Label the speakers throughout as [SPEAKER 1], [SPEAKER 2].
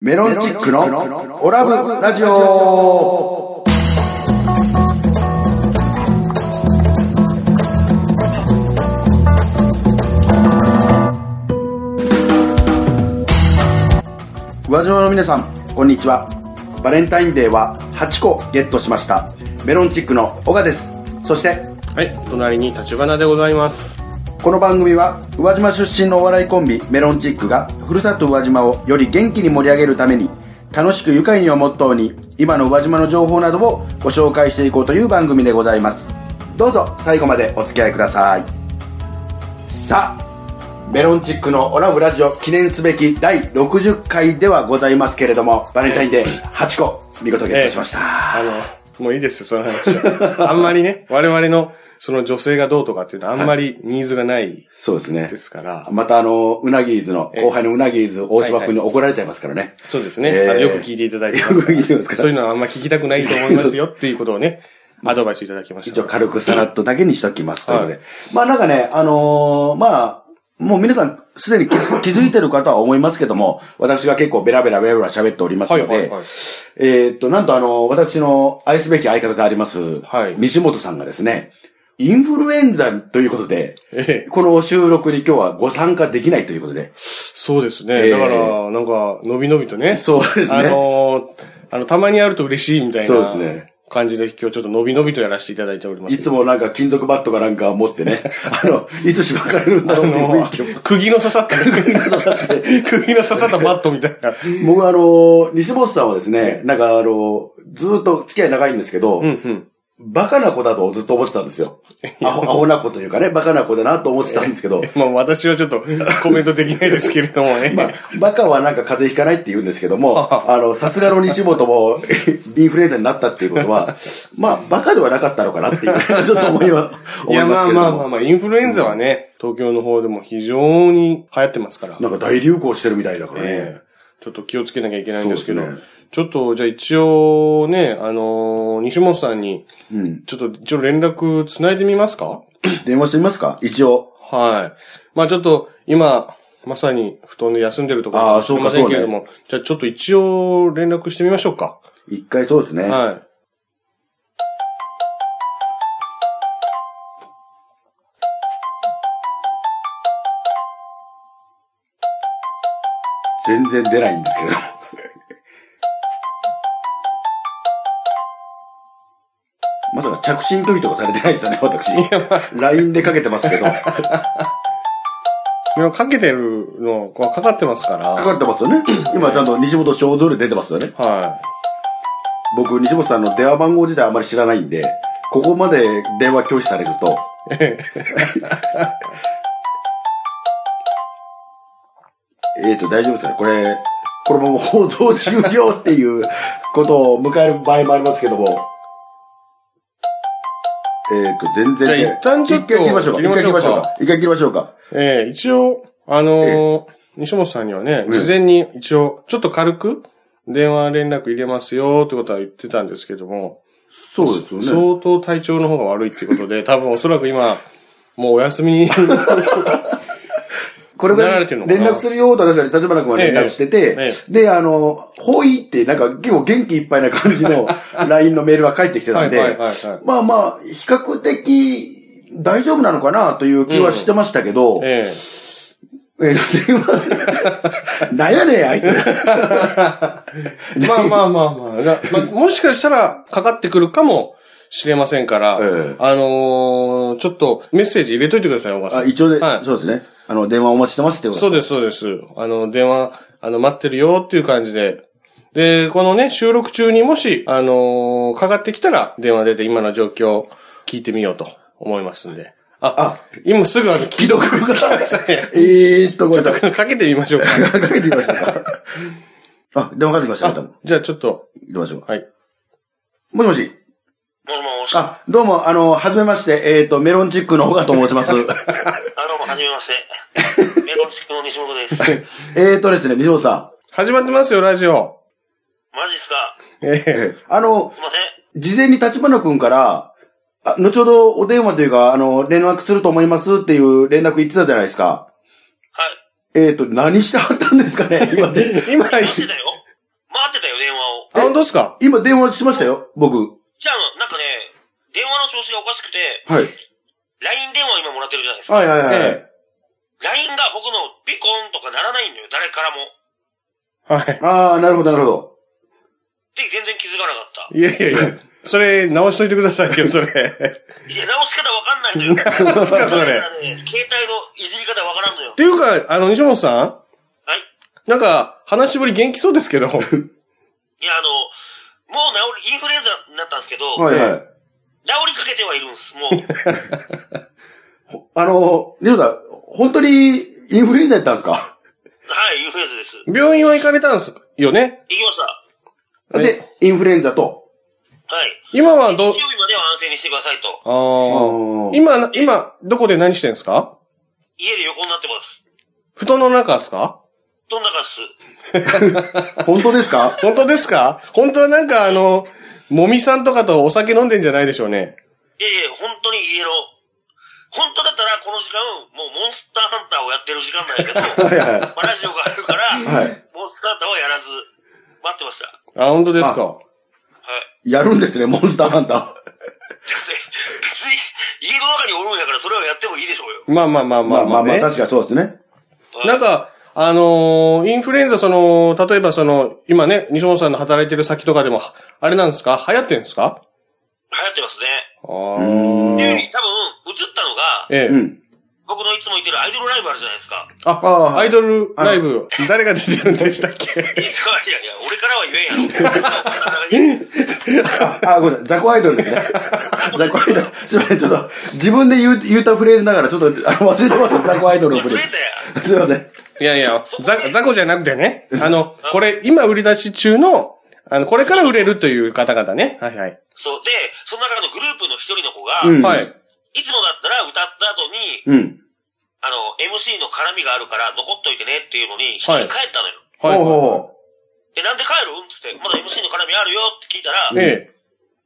[SPEAKER 1] メロンチックのオラブラジオ宇和島の皆さんこんにちはバレンタインデーは8個ゲットしましたメロンチックの小賀ですそして
[SPEAKER 2] はい、隣に立花でございます。
[SPEAKER 1] この番組は宇和島出身のお笑いコンビメロンチックがふるさと宇和島をより元気に盛り上げるために楽しく愉快にをモットーに今の宇和島の情報などをご紹介していこうという番組でございますどうぞ最後までお付き合いくださいさあメロンチックのオラブラジオ記念すべき第60回ではございますけれどもバレンタインデー8個見事ゲットしました、
[SPEAKER 2] あの、もういいですよ、その話 は。あんまりね、我々の、その女性がどうとかっていうのは、あんまりニーズがない
[SPEAKER 1] そうですね
[SPEAKER 2] ですから。
[SPEAKER 1] またあのうなぎーずの後輩のうなぎーず大島君に怒られちゃいますからね、
[SPEAKER 2] そうですね、
[SPEAKER 1] えー
[SPEAKER 2] あの。よく聞いていただいてますから。
[SPEAKER 1] よく聞いてますから
[SPEAKER 2] そういうのはあんま聞きたくないと思いますよっていうことをね、アドバイスいただきまし
[SPEAKER 1] 一
[SPEAKER 2] た。
[SPEAKER 1] 応軽くさらっとだけにしときます。ということで。
[SPEAKER 2] はい
[SPEAKER 1] まあなんかね、あのーまあ、もう皆さんすでに気づ気づいてる方は思いますけども、私が結構ベラベラベラベラ喋っておりますので、
[SPEAKER 2] はいはいはい
[SPEAKER 1] えーっと、なんとあの、私の愛すべき相方であります、
[SPEAKER 2] はい
[SPEAKER 1] 西本さんがですね、インフルエンザということで、
[SPEAKER 2] ええ
[SPEAKER 1] この収録に今日はご参加できないということで、
[SPEAKER 2] そうです
[SPEAKER 1] え
[SPEAKER 2] ね。
[SPEAKER 1] ー
[SPEAKER 2] だから、なんか、のびのびとね。
[SPEAKER 1] そうですね
[SPEAKER 2] あのーあの、たまにあると嬉しいみたい
[SPEAKER 1] そう
[SPEAKER 2] な
[SPEAKER 1] ですね
[SPEAKER 2] 感じで、今日ちょっとのびのびとやらせていただいております。
[SPEAKER 1] いつもなんか金属バットかなんか持ってね、あの、いつしばかれるんだ
[SPEAKER 2] あ
[SPEAKER 1] ろうっていう雰囲
[SPEAKER 2] の
[SPEAKER 1] 気を、
[SPEAKER 2] 釘の刺さった、釘の刺さった、釘の刺さったバットみたいな。
[SPEAKER 1] 僕はあの、西本さんはですね、なんかあの、ずーっと付き合い長いんですけど、
[SPEAKER 2] うんうん。
[SPEAKER 1] バカな子だとずっと思ってたんです よ。アホ、アホな子というかね、バカな子だなと思ってたんですけど、
[SPEAKER 2] まあ私はちょっとコメントできないですけれどもね。
[SPEAKER 1] まあ、バカはなんか風邪ひかないって言うんですけど も、あの、さすがの西本も インフルエンザになったっていうことは、まあ、バカではなかったのかなっていう、 ちょっと思いは、
[SPEAKER 2] い
[SPEAKER 1] 思い
[SPEAKER 2] や
[SPEAKER 1] ま
[SPEAKER 2] ますあ
[SPEAKER 1] けども
[SPEAKER 2] まあまあまあ、インフルエンザはね、東京の方でも非常に流行ってますから。
[SPEAKER 1] なんか大流行してるみたいだからね。
[SPEAKER 2] ええちょっと気をつけなきゃいけないんですけど。
[SPEAKER 1] そうですね
[SPEAKER 2] ちょっと、じゃあ一応ね、あのー西本さんに、
[SPEAKER 1] うん。
[SPEAKER 2] ちょっと一応連絡つないでみますか
[SPEAKER 1] 電話してみますか一応。
[SPEAKER 2] はい。まあちょっと、今、まさに布団で休んでるところ
[SPEAKER 1] ああ
[SPEAKER 2] もし
[SPEAKER 1] そ
[SPEAKER 2] れ
[SPEAKER 1] うか
[SPEAKER 2] ませんけれども、じゃあちょっと一応連絡してみましょうか。
[SPEAKER 1] 一回そうですね。
[SPEAKER 2] はい。
[SPEAKER 1] 全然出ないんですけど。 まさか着信拒否とかされてないですよね、私。LINE でかけてますけど。か
[SPEAKER 2] でもかけてるの、こうかかってますから。
[SPEAKER 1] かってますよね。今ちゃんと西本正蔵で出てますよね。
[SPEAKER 2] は
[SPEAKER 1] 僕、西本さんの電話番号自体あまり知らないんで、ここまで電話拒否されると、 えっと、大丈夫ですかねこれ、これもう放送終了っていうことを迎える場合もありますけども。えっ、と、全然、
[SPEAKER 2] じゃあ一旦ちょっと
[SPEAKER 1] 一回切りましょうか。一回切りましょうか。一回切りましょうか。
[SPEAKER 2] い。えー一応、あのー西本さんにはね、
[SPEAKER 1] うん
[SPEAKER 2] 事前に一応、ちょっと軽く、電話連絡入れますよってことは言ってたんですけども、
[SPEAKER 1] そうですよね。
[SPEAKER 2] 相当体調の方が悪いっていうことで、多分おそらく今、もうお休みに、
[SPEAKER 1] これぐ
[SPEAKER 2] な
[SPEAKER 1] ら
[SPEAKER 2] ら
[SPEAKER 1] い
[SPEAKER 2] れてる
[SPEAKER 1] 連
[SPEAKER 2] のかな
[SPEAKER 1] 絡するよと私は立花君は連絡してて、
[SPEAKER 2] えええ
[SPEAKER 1] で、あの、ほいってなんか結構元気いっぱいな感じ の LINE のメールが返ってきてたんで、
[SPEAKER 2] はいはいはいはい
[SPEAKER 1] まあまあ、比較的大丈夫なのかなという気はしてましたけど、
[SPEAKER 2] ええ
[SPEAKER 1] えー電 話なんやねん、あいつ。
[SPEAKER 2] まあまあまあまあなまあ。もしかしたらかかってくるかもしれませんから、
[SPEAKER 1] ええ
[SPEAKER 2] あのーちょっとメッセージ入れといてください、おばさ
[SPEAKER 1] あ
[SPEAKER 2] ん。
[SPEAKER 1] 一応で、
[SPEAKER 2] はい
[SPEAKER 1] そうですね。あの、電話お待ちしてますってこと
[SPEAKER 2] そうです、そうです。あの、電話、あの、待ってるよっていう感じで。で、このね、収録中にもし、あのーかかってきたら、電話出て今の状況聞いてみようと思いますんで。あ、あ今すぐあの、既読つけましたね。
[SPEAKER 1] えーっと、ご
[SPEAKER 2] ち
[SPEAKER 1] め
[SPEAKER 2] ょ
[SPEAKER 1] ん
[SPEAKER 2] っ
[SPEAKER 1] な
[SPEAKER 2] と
[SPEAKER 1] さい。
[SPEAKER 2] かけてみましょうか。
[SPEAKER 1] かけてみまし ょうか。あ、電話かけてきましたね、多分。
[SPEAKER 2] じゃあちょっと、
[SPEAKER 1] 行きましょうか。
[SPEAKER 2] はい。
[SPEAKER 1] もしもし。
[SPEAKER 3] もしもし。あ、
[SPEAKER 1] あ、どうも、あの、はじめまして、えーっと、メロンチックの小川と申し ます。
[SPEAKER 3] どうも、はじめまして。メロンチックの西本です。
[SPEAKER 1] えーっとですね、西本さ
[SPEAKER 2] 始まってますよ、ラジオ。
[SPEAKER 3] マジっすか
[SPEAKER 2] え
[SPEAKER 1] ん。
[SPEAKER 2] え
[SPEAKER 1] えあの
[SPEAKER 3] す、いません。
[SPEAKER 1] 事前に立花君から、あ後ほどお電話というか、あの、連絡すると思いますっていう連絡言ってたじゃないですか。
[SPEAKER 3] はい。
[SPEAKER 1] えーっと、何してはったんですかね、今。
[SPEAKER 2] 今、
[SPEAKER 3] 生きてたよ。
[SPEAKER 2] 本当ですか
[SPEAKER 1] 今電話しましたよ、僕。
[SPEAKER 3] じゃあ、なんかね、電話の調子がおかしくて、
[SPEAKER 1] はい。
[SPEAKER 3] LINE 電話今もらってるじゃないですか。
[SPEAKER 1] はいはいはい。
[SPEAKER 2] え
[SPEAKER 3] LINE が僕のビコンとかならないんだよ、誰からも。
[SPEAKER 1] あ
[SPEAKER 2] はい。
[SPEAKER 1] あ、なるほどなるほど。
[SPEAKER 3] で、全然気づかなかった。
[SPEAKER 2] いやいやいや。それ、直しといてくださいよ、そ れ。
[SPEAKER 3] いや、直し方わかんないのよ。だか
[SPEAKER 2] なんすか、それ。
[SPEAKER 3] らね、携帯のいじり方わからんのよ
[SPEAKER 2] っ。ていうか、あの、西本さ
[SPEAKER 3] はい。
[SPEAKER 2] んなんか、話しぶり元気そうです けど。
[SPEAKER 3] いや、あの、もう治り、インフルエンザになったんですけど、
[SPEAKER 1] はいはい。
[SPEAKER 3] 治りかけてはいるんです、もう。い
[SPEAKER 1] あの、リョウさん、本当にインフルエンザやったんですか
[SPEAKER 3] はい、インフルエンザです。
[SPEAKER 2] 病院は行かれたんですよね。
[SPEAKER 3] 行きました。
[SPEAKER 1] で、インフルエンザと。
[SPEAKER 3] はい。
[SPEAKER 2] 今は
[SPEAKER 3] 日
[SPEAKER 2] ど、
[SPEAKER 3] 曜日までは安静にしてくださいと。
[SPEAKER 2] あー
[SPEAKER 1] あー
[SPEAKER 2] 今、今、どこで何してんですか
[SPEAKER 3] 家で横になってます。
[SPEAKER 2] 布団の中ですか
[SPEAKER 3] どんな感じです
[SPEAKER 1] 本当ですか
[SPEAKER 2] 本当ですか本当はなんかあの、もみさんとかとお酒飲んでんじゃないでしょうね。
[SPEAKER 3] いやいや、本当に家の、本当だったらこの時間、もうモンスターハンターをやってる時間なんやけ ど、
[SPEAKER 1] はいはい
[SPEAKER 3] まあラジオがあるから、
[SPEAKER 1] はい
[SPEAKER 3] モンスターハンターはやらず、待ってました。
[SPEAKER 2] あ、本当ですか
[SPEAKER 3] はい。
[SPEAKER 1] やるんですね、モンスターハンタ
[SPEAKER 3] 別に、家の中におるんやから、それはやってもいいでしょうよ。
[SPEAKER 2] まあまあまあ
[SPEAKER 1] ー。
[SPEAKER 2] ま
[SPEAKER 1] ま
[SPEAKER 2] あ
[SPEAKER 1] あ
[SPEAKER 2] ま
[SPEAKER 1] ま
[SPEAKER 2] あ
[SPEAKER 1] あまあ、
[SPEAKER 2] ね。
[SPEAKER 1] 確かにそうですね。
[SPEAKER 3] はい
[SPEAKER 2] なんか、あのーインフルエンザ、その、例えばその、今ね、西本さんの働いてる先とかでも、あれなんですか流行ってんですか
[SPEAKER 3] 流行ってますね。
[SPEAKER 2] あ
[SPEAKER 1] う
[SPEAKER 2] ー
[SPEAKER 1] ん
[SPEAKER 3] っていうより、多分、映ったのが、
[SPEAKER 1] う
[SPEAKER 2] ええ。
[SPEAKER 1] ん。
[SPEAKER 3] 僕のいつも行ってるアイドルライブあるじゃないですか。
[SPEAKER 2] あ、
[SPEAKER 1] あー
[SPEAKER 2] アイドルライブ、誰が出てるんでしたっ
[SPEAKER 3] い
[SPEAKER 2] け
[SPEAKER 3] やいやいや、俺からは言えんやろ。
[SPEAKER 1] あ、あごめんなさい、ザコアイドル ですね。ザコアイドル。すいません、ちょっと、自分で言う、言ったフレーズながら、ちょっと、あの、忘れてました、ザコアイドルのフ
[SPEAKER 3] 忘
[SPEAKER 1] レ
[SPEAKER 3] れ
[SPEAKER 1] ー
[SPEAKER 3] たや。
[SPEAKER 1] ズ。すいません。
[SPEAKER 2] いやいや、ザ、ザコじゃなくてね。あの、これ、今売り出し中の、あの、これから売れるという方々ね。はいはい。
[SPEAKER 3] そう。で、その中のグループの一人の子が、
[SPEAKER 1] うん
[SPEAKER 2] はい。
[SPEAKER 3] いつもだったら歌った後に、
[SPEAKER 1] うん。
[SPEAKER 3] あの、MC の絡みがあるから残っといてねっていうのに、一
[SPEAKER 2] はい
[SPEAKER 3] 人帰ったのよ。
[SPEAKER 2] はい。
[SPEAKER 1] ほうほ
[SPEAKER 3] え、なんで帰るんつって、まだ MC の絡みあるよって聞いたら、
[SPEAKER 2] ええ。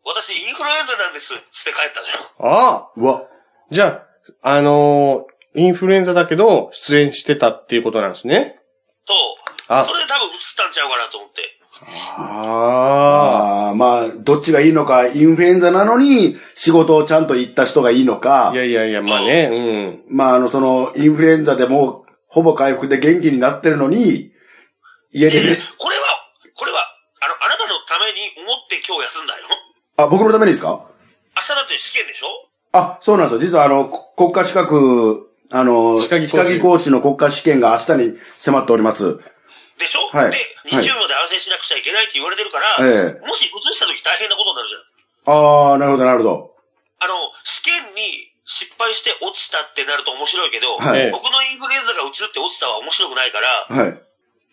[SPEAKER 3] 私インフルエンザなんですつって帰ったのよ。
[SPEAKER 2] ああ
[SPEAKER 1] う。うわ。
[SPEAKER 2] じゃあ、あのーインフルエンザだけど、出演してたっていうことなんですね。
[SPEAKER 3] と、
[SPEAKER 2] あ
[SPEAKER 3] それで多分映ったんちゃうかなと思って。
[SPEAKER 2] あ
[SPEAKER 1] あ
[SPEAKER 2] あ。
[SPEAKER 1] あ、まあ、どっちがいいのか、インフルエンザなのに、仕事をちゃんと行った人がいいのか
[SPEAKER 2] い、やいやいや、まあね、
[SPEAKER 1] まあ、あの、その、インフルエンザでもう、ほぼ回復で元気になってるのに、家で、
[SPEAKER 3] これは、これは、あの、あなたのために思って今日休んだよ。
[SPEAKER 1] あ、僕のためにですか
[SPEAKER 3] 明日だって試験でしょ
[SPEAKER 1] あ、そうなんですよ。実はあの、こ国家資格、あの、
[SPEAKER 2] 歯科技講習
[SPEAKER 1] 歯科技講師の国家試験が明日に迫っております。
[SPEAKER 3] でしょ、
[SPEAKER 1] はい
[SPEAKER 3] で、
[SPEAKER 1] はい
[SPEAKER 3] 20秒で安静しなくちゃいけないって言われてるから、
[SPEAKER 1] え
[SPEAKER 3] もし映した時大変なことになるじゃん。
[SPEAKER 1] ああ、なるほど、なるほど。
[SPEAKER 3] あの、試験に失敗して落ちたってなると面白いけど、
[SPEAKER 1] はい
[SPEAKER 3] 僕のインフルエンザが映って落ちたは面白くないか
[SPEAKER 1] はい。
[SPEAKER 3] ら、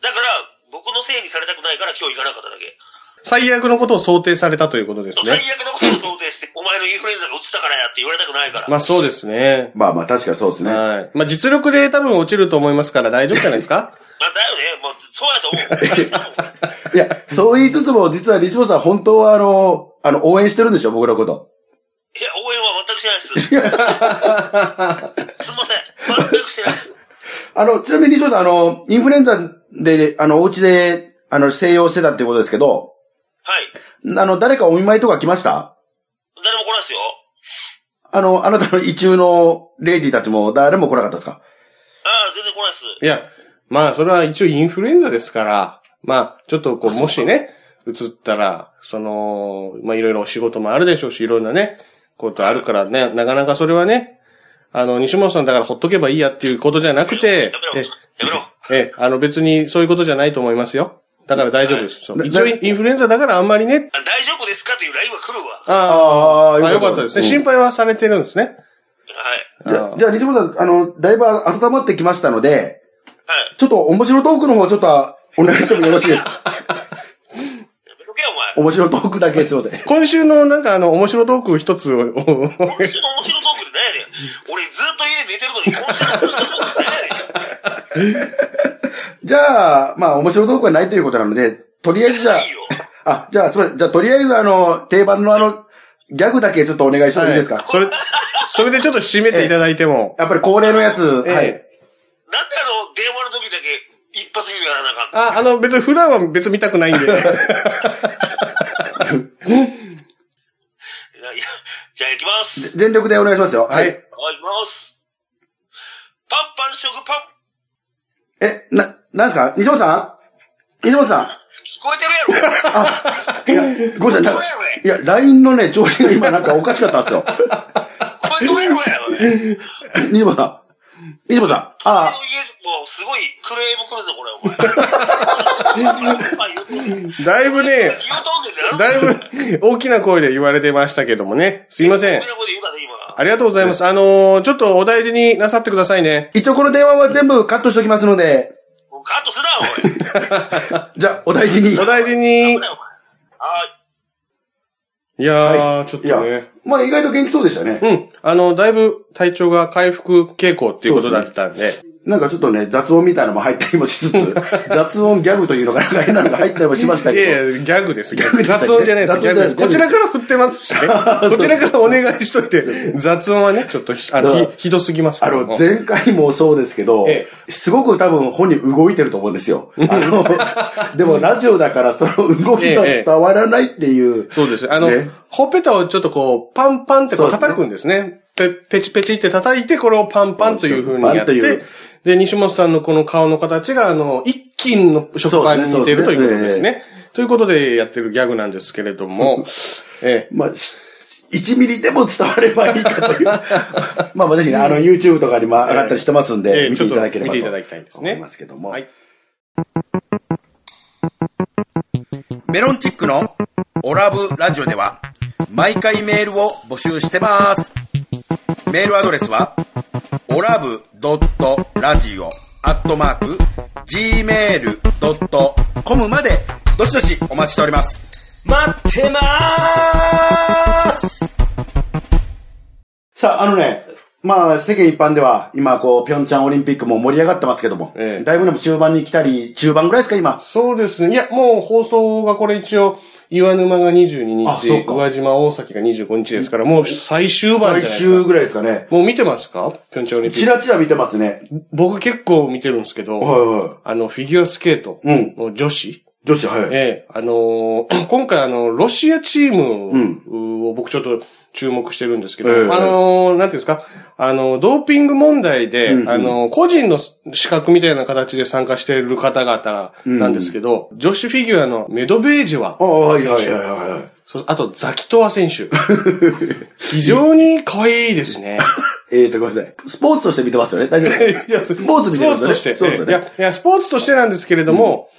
[SPEAKER 3] だから、僕のせいにされたくないから今日行かなかっただけ。
[SPEAKER 2] 最悪のことを想定されたということです
[SPEAKER 3] 最
[SPEAKER 2] ね。
[SPEAKER 3] 悪のことを想定して、お前のインフルエンザが映ったからやって言われたくないから。
[SPEAKER 2] まあそうですね。
[SPEAKER 1] まあまあ、確かにそうですね。
[SPEAKER 2] はい。まあ実力で多分落ちると思いますから大丈夫じゃないですか
[SPEAKER 3] まあ、だよね。もう、そうやと思う。
[SPEAKER 1] いや、そう言いつつも、実は西本さん、本当はあの、あの、応援してるんでしょ、僕のこと。
[SPEAKER 3] いや、応援は全くしないです。すいません。全くしないです。
[SPEAKER 1] あの、ちなみに西本さん、あの、インフルエンザで、あの、お家で、あの、静養してたってことですけど、
[SPEAKER 3] はい。
[SPEAKER 1] あの、誰かお見舞いとか来ました
[SPEAKER 3] 誰も来ないですよ。
[SPEAKER 1] あの、あなたの意中のレディたちも誰も来なかったですか
[SPEAKER 3] ああ、全然来ないです。
[SPEAKER 2] いや、まあそれは一応インフルエンザですから、まあちょっとこう、もしね、移ったら、その、まあいろいろお仕事もあるでしょうし、いろんなね、ことあるからね、なかなかそれはね、あの、西本さんだからほっとけばいいやっていうことじゃなくて
[SPEAKER 3] やめ、ろ
[SPEAKER 2] え、。
[SPEAKER 3] やめろ。
[SPEAKER 2] え、あの別にそういうことじゃないと思いますよ。だから大丈夫です。そう
[SPEAKER 1] な
[SPEAKER 2] 一応インフルエンザだからあんまりね、
[SPEAKER 3] あ大丈夫ですかっていうラインは来るわ。は
[SPEAKER 2] あ
[SPEAKER 1] あ
[SPEAKER 2] あ、よかったですね。
[SPEAKER 1] うん
[SPEAKER 2] 心配はされてるんですね。
[SPEAKER 3] い。
[SPEAKER 1] じゃ
[SPEAKER 2] あ
[SPEAKER 1] あ、
[SPEAKER 2] ー
[SPEAKER 1] じゃあ西本さん、あの、だいぶ温まってきましたので、
[SPEAKER 3] はい。
[SPEAKER 1] ちょっと面白トークの方、ちょっと、お願いしてもよろしいです か
[SPEAKER 3] やめとけよ、お前。
[SPEAKER 1] 面白トークだけすいません。
[SPEAKER 2] 今週のなんかあの、面白トーク一つを、
[SPEAKER 3] 今週の面白トークって何やねん。俺ずっと家で寝てるのに、今週の面白トークって何やねん。
[SPEAKER 1] じゃあ、まあ、面白トークはないということなので、とりあえずじゃあ
[SPEAKER 3] いいよ、
[SPEAKER 1] あ、じゃあ、すいません。じゃあ、とりあえず、あの、定番のあの、ギャグだけちょっとお願いしてもいいですか、
[SPEAKER 2] はいそれ、それでちょっと締めていただいても。
[SPEAKER 1] やっぱり恒例のやつ、
[SPEAKER 2] ええ
[SPEAKER 1] はい。
[SPEAKER 3] なんであの、電話の時だけ一発ギャグやらなあかんの
[SPEAKER 2] あ、あの、別に普段は別に見たくないんで。
[SPEAKER 3] いやいやじゃあ行きます。
[SPEAKER 1] ぜ全力でお願いしますよ。はい。
[SPEAKER 3] はい、行きます。パンパン食パン。
[SPEAKER 1] え、な、なんですか西本さん西本さん
[SPEAKER 3] 聞こえてるや
[SPEAKER 1] あ、
[SPEAKER 3] ろ
[SPEAKER 1] いや、ごめんなさいなんか
[SPEAKER 3] どうやろね
[SPEAKER 1] いや、LINE のね、調子が今なんかおかしかったん ですよ。
[SPEAKER 3] これどうやろやろね。
[SPEAKER 1] 西本さん。西本さん。ああ、
[SPEAKER 3] もうすごいクレーム来るぞ、これ、お前。パンパン言うとんねん
[SPEAKER 2] だいぶね、
[SPEAKER 3] 言うとんねんってなる
[SPEAKER 2] だいぶ大きな声で言われてましたけどもね。すいません
[SPEAKER 3] こん。なこと言うかね、今。
[SPEAKER 2] ありがとうございます。あのーちょっとお大事になさってくださいね。
[SPEAKER 1] 一応この電話は全部カットしておきますので、
[SPEAKER 3] もうカットすな、おい。
[SPEAKER 1] じゃあ、お大事に。
[SPEAKER 2] お大事
[SPEAKER 3] 危
[SPEAKER 2] に。
[SPEAKER 3] ないお前はい。
[SPEAKER 2] いやー、ちょっ
[SPEAKER 1] いや
[SPEAKER 2] とね。、
[SPEAKER 1] まあ意外と元気そうでしたね。
[SPEAKER 2] うん。あの、だいぶ体調が回復傾向っていうことだったんで。
[SPEAKER 1] なんかちょっとね、雑音みたいなのも入ったりもしつつ、 雑音ギャグというのがなんか変なのが入ったりもしました
[SPEAKER 2] いや
[SPEAKER 1] け
[SPEAKER 2] いや、ギャグです。ギャ
[SPEAKER 1] ギャグ
[SPEAKER 2] グ。
[SPEAKER 1] でしたっけ
[SPEAKER 2] 雑音じゃないです。
[SPEAKER 1] 雑音
[SPEAKER 2] ギ
[SPEAKER 1] じゃな
[SPEAKER 2] ャグ
[SPEAKER 1] い
[SPEAKER 2] です。こちらから振ってま すしね。こちらからお願いしといて、雑音はね、ちょっとひ、あ
[SPEAKER 1] だから
[SPEAKER 2] の、ひひどすぎます
[SPEAKER 1] ど、
[SPEAKER 2] け
[SPEAKER 1] あ
[SPEAKER 2] ども
[SPEAKER 1] の、前回もそうですけど
[SPEAKER 2] え、
[SPEAKER 1] すごく多分本人動いてると思うんです よ。あの、でもラジオだからその動きが伝わらないっていう。
[SPEAKER 2] そうです。あの、
[SPEAKER 1] ね
[SPEAKER 2] ほっぺたをちょっとこう、パンパンってこう
[SPEAKER 1] そうですね
[SPEAKER 2] 叩くんですね。ペペチペチって叩いて、これをパンパンという風にやっ
[SPEAKER 1] パンという
[SPEAKER 2] て、で、西本さんのこの顔の形が、あの、一斤の食パンに似てる
[SPEAKER 1] そ
[SPEAKER 2] と
[SPEAKER 1] う
[SPEAKER 2] い
[SPEAKER 1] ですね
[SPEAKER 2] うことですね。ということでやってるギャグなんですけれ ども、ええ
[SPEAKER 1] まあ、し1ミリでも伝わればいいかと いう。まあ私ね、あの YouTube とかにも上がったりしてますん
[SPEAKER 2] え
[SPEAKER 1] で、
[SPEAKER 2] え
[SPEAKER 1] 見ていただければ
[SPEAKER 2] ちょっと見てい
[SPEAKER 1] と
[SPEAKER 2] ただきたいですね
[SPEAKER 1] 思いますけども。
[SPEAKER 2] はい。
[SPEAKER 1] メロンチックのオラブラジオでは毎回メールを募集してます。メールアドレスはオラブドットラジオアットマーク gmail.com までどしどしお待ちしております。
[SPEAKER 4] 待ってまーす
[SPEAKER 1] さあ、あのね、まあ、世間一般では、今、こう、ピョンチャンオリンピックも盛り上がってますけども、
[SPEAKER 2] ええ
[SPEAKER 1] だいぶでも中盤に来たり、中盤ぐらいですか、今。
[SPEAKER 2] そうですね。いや、もう放送がこれ一応、岩沼が22
[SPEAKER 1] あそう
[SPEAKER 2] 日、
[SPEAKER 1] か
[SPEAKER 2] 宇和島大崎が25日ですから、もう最終盤
[SPEAKER 1] 最
[SPEAKER 2] じゃないです
[SPEAKER 1] 終
[SPEAKER 2] か。
[SPEAKER 1] ぐらいですかね。
[SPEAKER 2] もう見てますかピョンチャンオリンピ
[SPEAKER 1] チ
[SPEAKER 2] ック。
[SPEAKER 1] ラチラ見てますね。
[SPEAKER 2] 僕結構見てるんですけど、
[SPEAKER 1] はいは
[SPEAKER 2] あの、フィギュアスケート
[SPEAKER 1] うん
[SPEAKER 2] の女子。
[SPEAKER 1] い。女子、はい。
[SPEAKER 2] ええあのー 今回あの、ロシアチー
[SPEAKER 1] うん
[SPEAKER 2] ムを僕ちょっと注目してるんですけど、
[SPEAKER 1] ええ
[SPEAKER 2] あのーなんていうんですか、あの、ドーピング問題で、
[SPEAKER 1] うんうん
[SPEAKER 2] あのー個人の資格みたいな形で参加している方々なんですけど、女子フィギュアのメドベージェワ
[SPEAKER 1] ああ、はいはいはい
[SPEAKER 2] 選手
[SPEAKER 1] は
[SPEAKER 2] そうあとザキトワ選手。 非常に可愛いですね。
[SPEAKER 1] い。えーと、ごめんなさい。スポーツとして見てますよね。大丈夫です
[SPEAKER 2] いや
[SPEAKER 1] スポーツ見てますよね。
[SPEAKER 2] スポーツとして。
[SPEAKER 1] そうですよ
[SPEAKER 2] い
[SPEAKER 1] ね。
[SPEAKER 2] や、いや、スポーツとしてなんですけれども、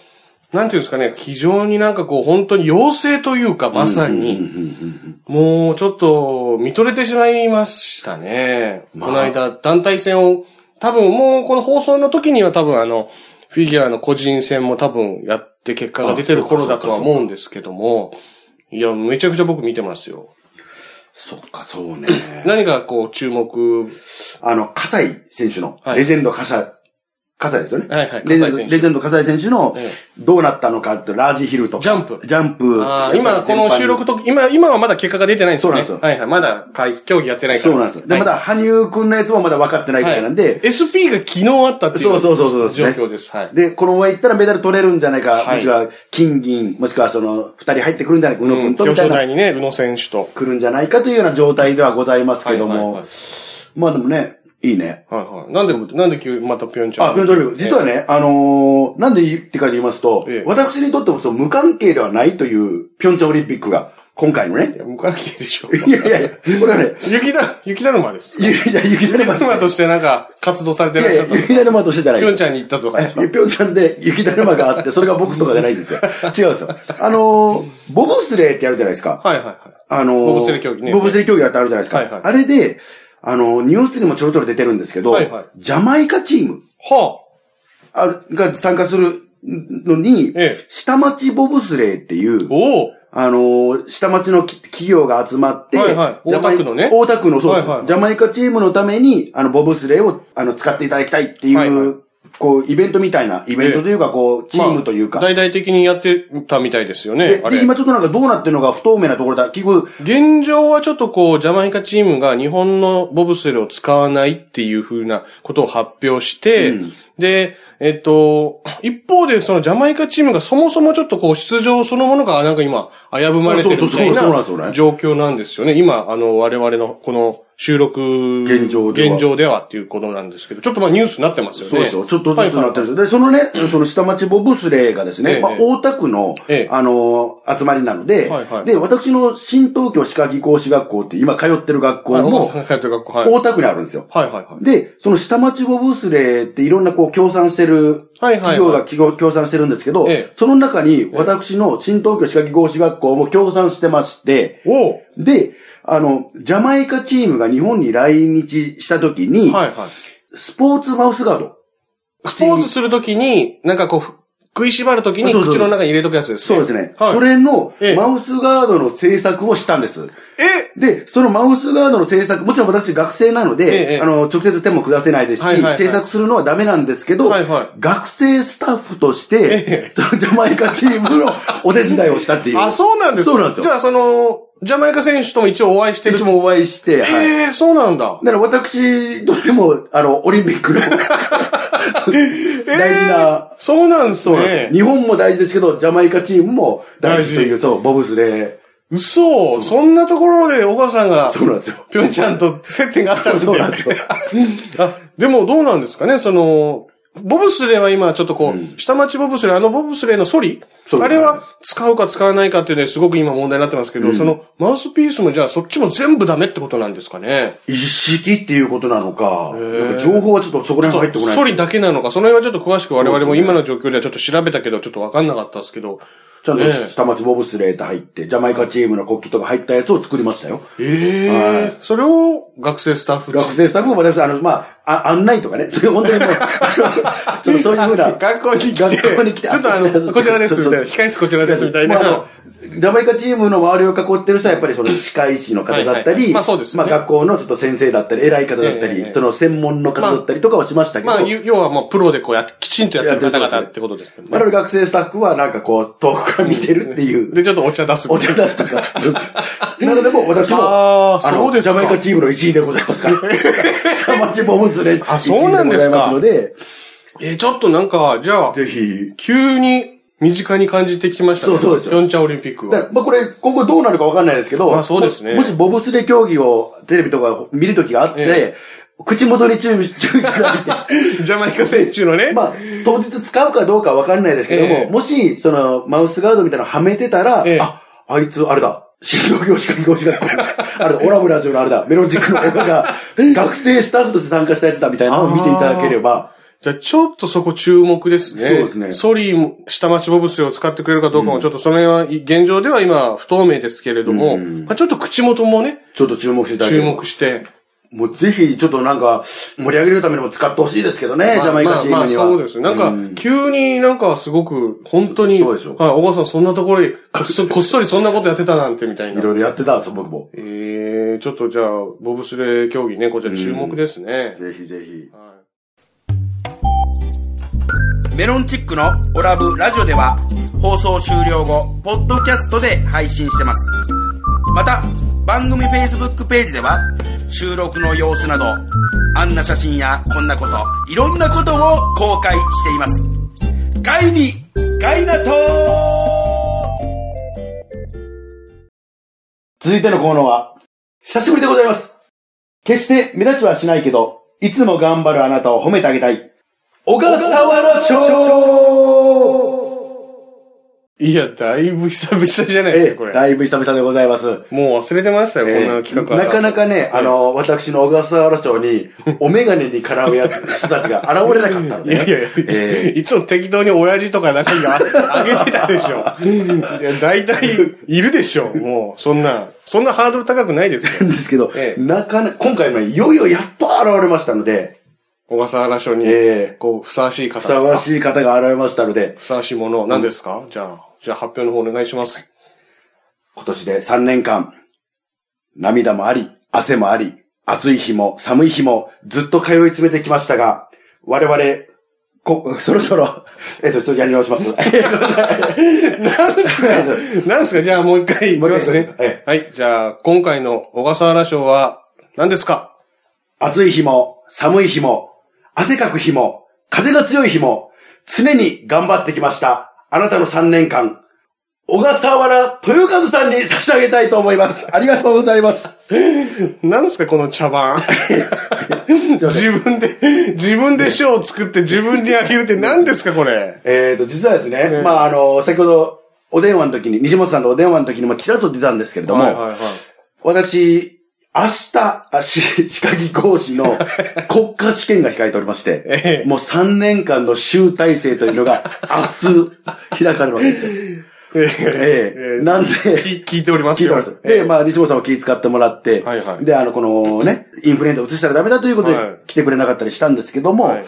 [SPEAKER 2] なんていうんですかね、非常になんかこう、本当に妖精というか、まさ
[SPEAKER 1] うんう
[SPEAKER 2] に、
[SPEAKER 1] んうん
[SPEAKER 2] もうちょっと、見とれてしまいましたね。
[SPEAKER 1] まあ
[SPEAKER 2] この間、団体戦を、多分もうこの放送の時には多分あの、フィギュアの個人戦も多分やって結果が出てる頃だとは思うんですけども、いや、めちゃくちゃ僕見てますよ。
[SPEAKER 1] そっか、そうね。
[SPEAKER 2] 何かこう、注目、
[SPEAKER 1] あの、葛西選手の、
[SPEAKER 2] はい
[SPEAKER 1] レジェンド葛西、葛西ですよね。
[SPEAKER 2] はいはい
[SPEAKER 1] レジェンド
[SPEAKER 2] 葛西選手
[SPEAKER 1] レジェンド葛西選手の
[SPEAKER 2] ええ、
[SPEAKER 1] どうなったのかって、ラージヒルとか。
[SPEAKER 2] ジャンプ
[SPEAKER 1] ジャンプ。
[SPEAKER 2] あー今、この収録時、今、今はまだ結果が出てないんですよね。
[SPEAKER 1] そうなんです
[SPEAKER 2] はいはい。まだ会、競技やってないから。
[SPEAKER 1] そうなんですよ。で、
[SPEAKER 2] はい
[SPEAKER 1] まだ、羽生くんのやつもまだ分かってないみたいなん
[SPEAKER 2] はい
[SPEAKER 1] で、
[SPEAKER 2] SP が昨日あったっていう。
[SPEAKER 1] そうそうそうそうです
[SPEAKER 2] 状
[SPEAKER 1] ね
[SPEAKER 2] 況です。はい。
[SPEAKER 1] で、このままいったらメダル取れるんじゃないか、
[SPEAKER 2] はい
[SPEAKER 1] もしくは金銀、もしくはその、二人入ってくるんじゃないか、宇野く
[SPEAKER 2] うんん、
[SPEAKER 1] と
[SPEAKER 2] 表
[SPEAKER 1] みた
[SPEAKER 2] 彰
[SPEAKER 1] いな、
[SPEAKER 2] 台にね、宇野選手と。
[SPEAKER 1] 来るんじゃないかというような状態ではございますけど
[SPEAKER 2] はいはいはい
[SPEAKER 1] も、まあでもね、いいね。
[SPEAKER 2] はいはい。なんで、なんで急にまたピョンチャン
[SPEAKER 1] あ、ピョンチャンオリンピック実はね、あのー、なんで言ってかと言いますと
[SPEAKER 2] ええ、
[SPEAKER 1] 私にとってもその無関係ではないという、ピョンチャンオリンピックが、今回のね
[SPEAKER 2] い。や無関係でしょ。
[SPEAKER 1] いやいやいや、これはね、
[SPEAKER 2] 雪だ、雪だるまです。
[SPEAKER 1] いやいや、雪だる
[SPEAKER 2] 雪
[SPEAKER 1] ま
[SPEAKER 2] だるまとしてなんか、活動されて
[SPEAKER 1] い
[SPEAKER 2] らっ
[SPEAKER 1] やい
[SPEAKER 2] しゃった
[SPEAKER 1] や
[SPEAKER 2] とか。
[SPEAKER 1] 雪だるまとしてじゃない
[SPEAKER 2] ピ
[SPEAKER 1] です
[SPEAKER 2] ョンチャンに行ったとか
[SPEAKER 1] え
[SPEAKER 2] ですか。
[SPEAKER 1] ピョンチャンで雪だるまがあって、それが僕とかじゃないん ですよ。違うんですよ。あのー、ボブスレーってやるじゃないですか。
[SPEAKER 2] はいはいはい。
[SPEAKER 1] あのー、
[SPEAKER 2] ボブスレー競技ね
[SPEAKER 1] ボブスレー競技ってあるじゃないですか。
[SPEAKER 2] はいはい
[SPEAKER 1] あれで、あのー、ニュースにもちょろちょろ出てるんですけど、
[SPEAKER 2] はいはい
[SPEAKER 1] ジャマイカチーム
[SPEAKER 2] は
[SPEAKER 1] あるが参加するのに、
[SPEAKER 2] ええ
[SPEAKER 1] 下町ボブスレーってい
[SPEAKER 2] あ。
[SPEAKER 1] う、
[SPEAKER 2] おお。
[SPEAKER 1] あのー、下町のき企業が集まって、
[SPEAKER 2] はいはい
[SPEAKER 1] ジャマイ
[SPEAKER 2] 大田区のね
[SPEAKER 1] 大田区の、そうです、
[SPEAKER 2] はいはい
[SPEAKER 1] ジャマイカチームのために、あの、ボブスレーを、あの、使っていただきたいっていう、
[SPEAKER 2] はいはい
[SPEAKER 1] こう、イベントみたいな、イベントというか、こう、チームというか。
[SPEAKER 2] まあ大々的にやってたみたいですよね。
[SPEAKER 1] で
[SPEAKER 2] あれ
[SPEAKER 1] 今ちょっとなんかどうなってるのか不透明なところだ。結局、
[SPEAKER 2] 現状はちょっとこう、ジャマイカチームが日本のボブスレーを使わないっていう風なことを発表して、
[SPEAKER 1] うん
[SPEAKER 2] で、えっと、一方でそのジャマイカチームがそもそもちょっとこう、出場そのものがなんか今、危ぶまれてるみた
[SPEAKER 1] そうそう
[SPEAKER 2] い
[SPEAKER 1] そうそうなんですよ
[SPEAKER 2] な
[SPEAKER 1] ね
[SPEAKER 2] 状況なんですよね。今、あの、我々のこの収録、
[SPEAKER 1] 現状では
[SPEAKER 2] 現状ではっていうことなんですけど、ちょっとまあニュースになってますよね。
[SPEAKER 1] そうでしょ。ちょっとずつなってる
[SPEAKER 2] はい
[SPEAKER 1] んですよ。で、そのね、その下町ボブスレーがです
[SPEAKER 2] え
[SPEAKER 1] ね、
[SPEAKER 2] え
[SPEAKER 1] まあ
[SPEAKER 2] ええ、
[SPEAKER 1] 大田区の
[SPEAKER 2] ええ、
[SPEAKER 1] あのー、集まりなので
[SPEAKER 2] はいはい、
[SPEAKER 1] で、私の新東京歯科技工士学校って今通ってる学校
[SPEAKER 2] はいはい、お母さん
[SPEAKER 1] も、
[SPEAKER 2] が帰ってる学校、はい。
[SPEAKER 1] 大田区にあるんですよ。
[SPEAKER 2] はいはいはい。
[SPEAKER 1] で、その下町ボブスレーっていろんなこう協賛してる、
[SPEAKER 2] はいはいはい
[SPEAKER 1] 企業が企業協賛してるんですけど
[SPEAKER 2] ええ、
[SPEAKER 1] その中に私の新東京歯科技工士学校も協賛してまして、
[SPEAKER 2] おう
[SPEAKER 1] で、あの、ジャマイカチームが日本に来日した時に、
[SPEAKER 2] はいはい。
[SPEAKER 1] スポーツマウスガード。
[SPEAKER 2] スポーツするときに、なんかこうふ、食いしばるときに
[SPEAKER 1] そうそうそう
[SPEAKER 2] 口の中に入れとくやつですね。
[SPEAKER 1] そうですね。
[SPEAKER 2] はい
[SPEAKER 1] それの
[SPEAKER 2] ええ、
[SPEAKER 1] マウスガードの制作をしたんです。
[SPEAKER 2] え
[SPEAKER 1] で、そのマウスガードの制作、もちろん私学生なの
[SPEAKER 2] え
[SPEAKER 1] で、
[SPEAKER 2] え
[SPEAKER 1] あの、直接手も下せないですし、
[SPEAKER 2] はいはいはい
[SPEAKER 1] 制作するのはダメなんですけど、
[SPEAKER 2] はいはい
[SPEAKER 1] 学生スタッフとして
[SPEAKER 2] え、
[SPEAKER 1] そのジャマイカチー ムのお手伝いをしたっていう。
[SPEAKER 2] あ、そうなんですか
[SPEAKER 1] そうなんですよ
[SPEAKER 2] じゃあその、ジャマイカ選手とも一応お会いして
[SPEAKER 1] い
[SPEAKER 2] る。
[SPEAKER 1] つもお会いして、はい。
[SPEAKER 2] ええー、そうなんだ。
[SPEAKER 1] だから私とっても、あの、オリンピッ クの 大事な、
[SPEAKER 2] そうなんです
[SPEAKER 1] そうなんです
[SPEAKER 2] ね。
[SPEAKER 1] 日本も大事ですけど、ジャマイカチームも大事という、
[SPEAKER 2] 大
[SPEAKER 1] そう、ボブスレ
[SPEAKER 2] 嘘そんなところでお母さん
[SPEAKER 1] ー。、
[SPEAKER 2] が
[SPEAKER 1] そうなんですよ。
[SPEAKER 2] ぴょんちゃんと接点があったんです
[SPEAKER 1] そう
[SPEAKER 2] ね
[SPEAKER 1] なんですよ。
[SPEAKER 2] あ、でもどうなんですかね、その、ボブスレーは今ちょっとこう、下町ボブスレー、あのボブスレーのソリ
[SPEAKER 1] そう
[SPEAKER 2] あれは使うか使わないかっていうのですごく今問題になってますけど、そのマウスピースもじゃあそっちも全部ダメってことなんですかね。
[SPEAKER 1] 一式っていうことなのか、
[SPEAKER 2] ー
[SPEAKER 1] なんか情報はちょっとそこら辺入ってこない
[SPEAKER 2] ソリだけなのか、その辺はちょっと詳しく我々
[SPEAKER 1] そう
[SPEAKER 2] も
[SPEAKER 1] ですね
[SPEAKER 2] 今の状況ではちょっと調べたけど、ちょっとわかんなかったですけど。
[SPEAKER 1] ちゃんと
[SPEAKER 2] ねえ
[SPEAKER 1] 下町ボブスレーって入って、ジャマイカチームの国旗とか入ったやつを作りましたよ。
[SPEAKER 2] ええそれを学生スタッフ
[SPEAKER 1] 学生スタッフも私、あの、まあ、あ案内とかね、それ本当に もう、あのちょっとそういうふうな。
[SPEAKER 2] 学校に来て、
[SPEAKER 1] 学校に来て
[SPEAKER 2] ちょっとあの、こちらですみたい
[SPEAKER 1] そ
[SPEAKER 2] な、
[SPEAKER 1] うそう
[SPEAKER 2] 控室こちらですみたいな。
[SPEAKER 1] まああのジャマイカチームの周りを囲ってる人は、やっぱりその歯科医師の方だった
[SPEAKER 2] はいはいは
[SPEAKER 1] り、
[SPEAKER 2] いまあそうですよね
[SPEAKER 1] まあ学校のちょっと先生だったり、偉い方だった
[SPEAKER 2] えええ
[SPEAKER 1] り
[SPEAKER 2] え、
[SPEAKER 1] その専門の方だったりとかはしましたけど
[SPEAKER 2] まあ、、ゆ要はもうプロでこうやって、きちんとやってる方々ってことですけど
[SPEAKER 1] 我
[SPEAKER 2] ね。
[SPEAKER 1] 々学生スタッフはなんかこう、遠くから見てるっていう。
[SPEAKER 2] で、ちょっとお茶出すみ
[SPEAKER 1] お
[SPEAKER 2] たい
[SPEAKER 1] 茶
[SPEAKER 2] な。
[SPEAKER 1] 出すとか。なのでも、私も、
[SPEAKER 2] あーそ
[SPEAKER 1] の、
[SPEAKER 2] うです
[SPEAKER 1] ジ
[SPEAKER 2] か
[SPEAKER 1] ャマイカチームの1位でござい ますから。サマチボブスレ
[SPEAKER 2] あそうなんですか
[SPEAKER 1] 1位ございます
[SPEAKER 2] えー、ちょっとなんか、じゃあ
[SPEAKER 1] の、で、ぜひ。
[SPEAKER 2] 急に身近に感じてきました
[SPEAKER 1] そう
[SPEAKER 2] ね。
[SPEAKER 1] そうですよ
[SPEAKER 2] ピョンチャンオリンピック
[SPEAKER 1] だか
[SPEAKER 2] は。
[SPEAKER 1] らまあこれ、今後どうなるかわかんないですけど、
[SPEAKER 2] まあそうですね
[SPEAKER 1] ももしボブスレ競技をテレビとか見るときがあって、
[SPEAKER 2] え
[SPEAKER 1] 口元に注意注意しな
[SPEAKER 2] ジャマイカ選手のね。
[SPEAKER 1] いまあ、当日使うかどうかわかんないですけども、
[SPEAKER 2] ええ
[SPEAKER 1] もし、その、マウスガードみたいなのはめてたら、
[SPEAKER 2] ええ
[SPEAKER 1] あ、あいつ、あれだ、新業業士か業士学校、あれだ、オラブラジオのあれだ、メロンジックの岡が、学生スタッフとして参加したやつだみたいなのを見ていただければ、
[SPEAKER 2] じゃあ、ちょっとそこ注目ですね。
[SPEAKER 1] そうですね
[SPEAKER 2] ソリーも、下町ボブスレーを使ってくれるかどうかも、ちょっとその辺は、現状では今、不透明ですけれども、
[SPEAKER 1] うん
[SPEAKER 2] まあ、ちょっと口元もね、
[SPEAKER 1] ちょっと注目していただけ
[SPEAKER 2] 注
[SPEAKER 1] れば。
[SPEAKER 2] 目して。
[SPEAKER 1] もうぜひ、ちょっとなんか、盛り上げるためにも使ってほしいですけどね、ジャマイカチームには。
[SPEAKER 2] まあ、まあそうですね。なんか、急になんかすごく、本当に、
[SPEAKER 1] そそうでしょ
[SPEAKER 2] はい、小川さんそんなところに、こっそこっそりそんなことやってたなんてみたい
[SPEAKER 1] い
[SPEAKER 2] な。
[SPEAKER 1] ろいろやってたんですよ、僕も。
[SPEAKER 2] えー、ちょっとじゃあ、ボブスレー競技ね、こちら注目ですね。
[SPEAKER 1] ぜひぜひ。
[SPEAKER 2] はい
[SPEAKER 1] メロンチックのオラブラジオでは放送終了後、ポッドキャストで配信してます。また、番組 Facebook ページでは収録の様子など、あんな写真やこんなこと、いろんなことを公開しています。ガイに、ガイナト続いてのコーナーは、久しぶりでございます。決して目立ちはしないけど、いつも頑張るあなたを褒めてあげたい。小笠原賞
[SPEAKER 2] いや、だいぶ久々じゃないです
[SPEAKER 1] え
[SPEAKER 2] か、こ
[SPEAKER 1] え、
[SPEAKER 2] れ。
[SPEAKER 1] だいぶ久々でございます。
[SPEAKER 2] もう忘れてましたよ、こんな企画
[SPEAKER 1] なかなかね、あの、私の小笠原賞に、お眼鏡に絡むやつ、人たちが現れなかったの
[SPEAKER 2] い
[SPEAKER 1] で、ね。
[SPEAKER 2] やいやいや、
[SPEAKER 1] ええ
[SPEAKER 2] いつも適当に親父とか仲があげてたでし ょ。いや、大体、いるでしょ、もう。そんな、そんなハードル高くないですよ。
[SPEAKER 1] なんですけど、
[SPEAKER 2] ええ
[SPEAKER 1] なかなか、今回もいよいよやっと現れましたので、
[SPEAKER 2] 小笠原署に、
[SPEAKER 1] ええ
[SPEAKER 2] こう、ふさわしい方で
[SPEAKER 1] ふ
[SPEAKER 2] す
[SPEAKER 1] さ
[SPEAKER 2] か
[SPEAKER 1] わしい方が現れましたので、
[SPEAKER 2] ふさわしいもの、何ですか、じゃあ、じゃあ発表の方お願いし ます。
[SPEAKER 1] 今年で3年間、涙もあり、汗もあり、暑い日も寒い日もずっと通い詰めてきましたが、我々、こ、 そろそろ、えっと、ちょっとやり直します。
[SPEAKER 2] なんすかなんすかじゃあもう一回いきます
[SPEAKER 1] もう一回行き
[SPEAKER 2] ね。はい。じゃあ、今回の小笠原賞は何ですか
[SPEAKER 1] 暑い日も、寒い日も、汗かく日も、風が強い日も、常に頑張ってきました。あなたの3年間、小笠原豊和さんに差し上げたいと思います。ありがとうございます。
[SPEAKER 2] なんすかこの 茶番。
[SPEAKER 1] すいません。
[SPEAKER 2] 自分で、自分で賞を作って自分にあげるって何ですかこれ。
[SPEAKER 1] えー、と、実はですね、まあ、あの、先ほど、お電話の時に、西本さんとお電話の時にもちらっと出たんですけれども、
[SPEAKER 2] はいはいはい。
[SPEAKER 1] 私、明日、あし、ヒカギ講師 の国家試験が控えておりまし
[SPEAKER 2] え
[SPEAKER 1] て
[SPEAKER 2] え、
[SPEAKER 1] もう3年間の集大成というの が明日開かれるわけですよ。
[SPEAKER 2] え
[SPEAKER 1] ええなんで
[SPEAKER 2] 聞聞いております
[SPEAKER 1] 聞いて
[SPEAKER 2] よ。
[SPEAKER 1] ます。で、まあ、西本さんも気遣ってもらって、
[SPEAKER 2] はいはい
[SPEAKER 1] で、あの、このね、インフルエンザ移したらダメだということで
[SPEAKER 2] はい
[SPEAKER 1] 来てくれなかったりしたんですけども、
[SPEAKER 2] はい
[SPEAKER 1] い、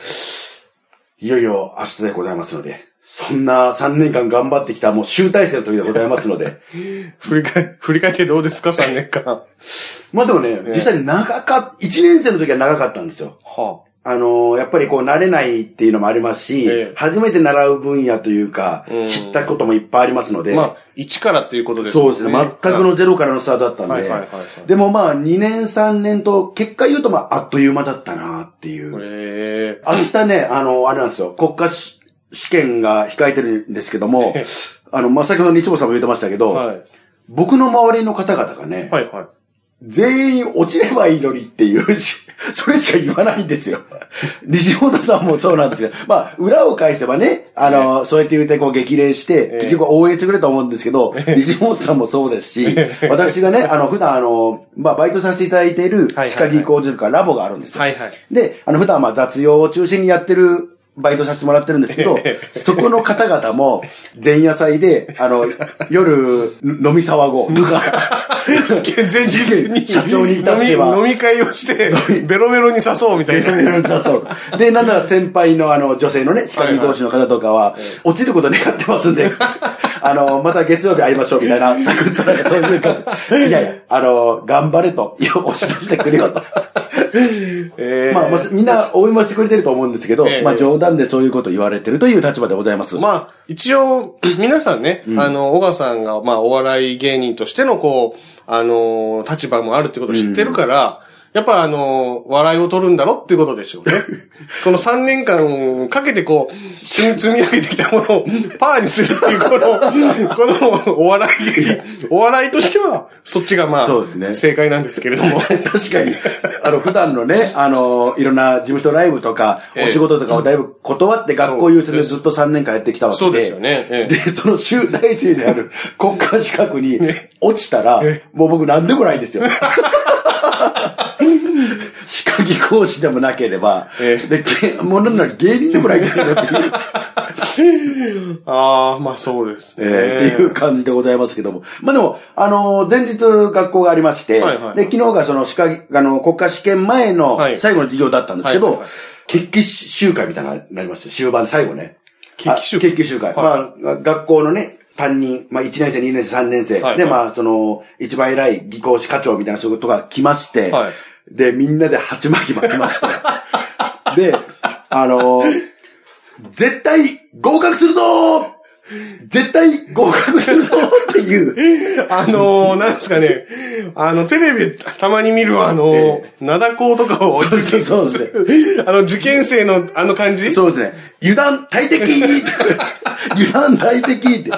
[SPEAKER 1] よいよ明日でございますので、そんな3年間頑張ってきたもう集大成の時でございますので、
[SPEAKER 2] 振り返、振り返ってどうですか ?3 年間。は
[SPEAKER 1] まあでもね、実際に長かっ、1年生の時は長かったんですよ。
[SPEAKER 2] あ。
[SPEAKER 1] あのーやっぱりこう慣れないっていうのもありますし、
[SPEAKER 2] ええ
[SPEAKER 1] 初めて習う分野というか、
[SPEAKER 2] うん
[SPEAKER 1] 知ったこともいっぱいありますので、
[SPEAKER 2] まあ、1からっていうことです
[SPEAKER 1] そ
[SPEAKER 2] も
[SPEAKER 1] うんですね、全くのゼロからのスタートだったんで、
[SPEAKER 2] はいはいはいはい
[SPEAKER 1] でもまあ2年3年と結果言うとまああっという間だったなっていう。
[SPEAKER 2] え
[SPEAKER 1] 明日ね、あの、あれなんですよ、国家し試験が控えてるんですけども、 あの、まあ、先ほど西本さんも言ってましたけ
[SPEAKER 2] え
[SPEAKER 1] ど、
[SPEAKER 2] はい。
[SPEAKER 1] 僕の周りの方々がね、
[SPEAKER 2] はいはい。
[SPEAKER 1] 全員落ちればいいのにっていう し、それしか言わないんです よ。西本さんもそうなんですけど、まあ、裏を返せばね、あの、そうやって言ってこう激励して、
[SPEAKER 2] ええ
[SPEAKER 1] 結局応援してくれると思うんですけど、西本さんもそうですし、私がね、あの、普段あの、まあ、バイトさせていただいている、
[SPEAKER 2] はいはい
[SPEAKER 1] 歯科技工事とかラボがあるんですよ。
[SPEAKER 2] はいはい。
[SPEAKER 1] で、あの、普段はまあ雑用を中心にやってるバイトさせてもらってるんですけど、そこの方々も前夜祭で、あの、夜飲み騒ごうと か、
[SPEAKER 2] 試験前日に
[SPEAKER 1] 社長に至っては
[SPEAKER 2] 飲み飲み会をして、ベロベロに誘おうみたいな。
[SPEAKER 1] そう。 で、なんなら先輩のあの、女性のね、歯科技講師の方とかは、落ちること願ってますん で、あの、また月曜日会いましょうみたいな、サクッとなんかそういう感じいやいや、あの、頑張れと、いや、押し出してくれよと。
[SPEAKER 2] ええ
[SPEAKER 1] まあ、まあみんな応援はしてくれてると思うんですけど、
[SPEAKER 2] ええ
[SPEAKER 1] まあ、冗談でそういうこと言われてるという立場でございます。
[SPEAKER 2] まあ、一応、皆さんね、あの、小川さんが、まあ、お笑い芸人としての、こう、あのー、立場もあるってことを知ってるから、やっぱ、あのー、笑いを取るんだろってことでし ょうね。この3年間かけて、こう、積み積み上げてきたものを、パーにするっていう、この、この、お笑い芸人、お笑いとしては、そっちが、まあ、
[SPEAKER 1] そうですね
[SPEAKER 2] 正解なんですけれども。
[SPEAKER 1] 確かに、あの、普段のね、あの、いろんな事務所ライブとか、
[SPEAKER 2] ええ
[SPEAKER 1] お仕事とかをだいぶ断って学校優先でずっと3年間やってきたわけで。
[SPEAKER 2] そうですよねええ
[SPEAKER 1] で、その集大成であ る国家資格に落ちたら
[SPEAKER 2] え、
[SPEAKER 1] もう僕何でもないん ですよ。歯科技講師でもなければ、
[SPEAKER 2] ええ
[SPEAKER 1] で、けもうなんなら芸人でもないんですよっていう。
[SPEAKER 2] ああ、まあ、そうですね。
[SPEAKER 1] えーっていう感じでございますけども。まあでも、あのー前日学校がありまして、
[SPEAKER 2] はいはいはい
[SPEAKER 1] で、昨日がその、歯科、あの、国家試験前の
[SPEAKER 2] はい
[SPEAKER 1] 最後の授業だったんですけど、
[SPEAKER 2] はいはいはい
[SPEAKER 1] 決起集会みたいなのがなりました。終盤最後ね。
[SPEAKER 2] 決起集会
[SPEAKER 1] あ決起集会。
[SPEAKER 2] は
[SPEAKER 1] まあ、学校のね、担任、まあ、1年生、2年生、3年生。
[SPEAKER 2] はいはい
[SPEAKER 1] で、まあ、その、一番偉い技工士課長みたいな仕事が来まして、
[SPEAKER 2] はい
[SPEAKER 1] で、みんなで鉢巻き巻きました。 で、あのー絶対合格するぞー絶対合格するぞーって いう、
[SPEAKER 2] あのー、なんですかね、あの、テレビたまに見るあのー、灘高とかを受験す
[SPEAKER 1] そうそうそう
[SPEAKER 2] る、 あの、受験生のあの感じ
[SPEAKER 1] そうですね。油断大敵 油断大敵って。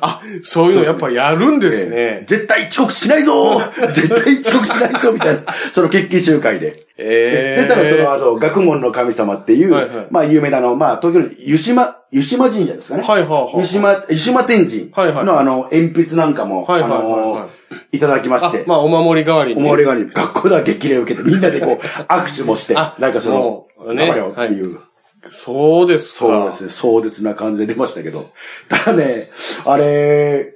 [SPEAKER 2] あ、そういうのやっぱやるんですね。
[SPEAKER 1] 絶対遅刻しないぞー絶対遅刻しないぞみたいな、その決起集会で。
[SPEAKER 2] え
[SPEAKER 1] で、ただその、あの、学問の神様っていう、
[SPEAKER 2] はいはい
[SPEAKER 1] まあ、有名なあの、まあ、東京の湯島、湯島神社ですかね。
[SPEAKER 2] はいはいはい
[SPEAKER 1] 湯島、湯島天神の、
[SPEAKER 2] はいはい
[SPEAKER 1] あの、鉛筆なんかも、
[SPEAKER 2] はいはいはいは
[SPEAKER 1] あ
[SPEAKER 2] い
[SPEAKER 1] の、いただきまし
[SPEAKER 2] あ
[SPEAKER 1] て、、
[SPEAKER 2] まあ、お守り代わり
[SPEAKER 1] お
[SPEAKER 2] に。
[SPEAKER 1] もれがに、学校では激励を受けて、みんなで こう、握手もして、
[SPEAKER 2] あ
[SPEAKER 1] なんかそ
[SPEAKER 2] もう
[SPEAKER 1] の、頑
[SPEAKER 2] ね
[SPEAKER 1] 張れよっていう、
[SPEAKER 2] そうですか。
[SPEAKER 1] そうですね、壮絶な感じで出ましたけど。ただね、あれ、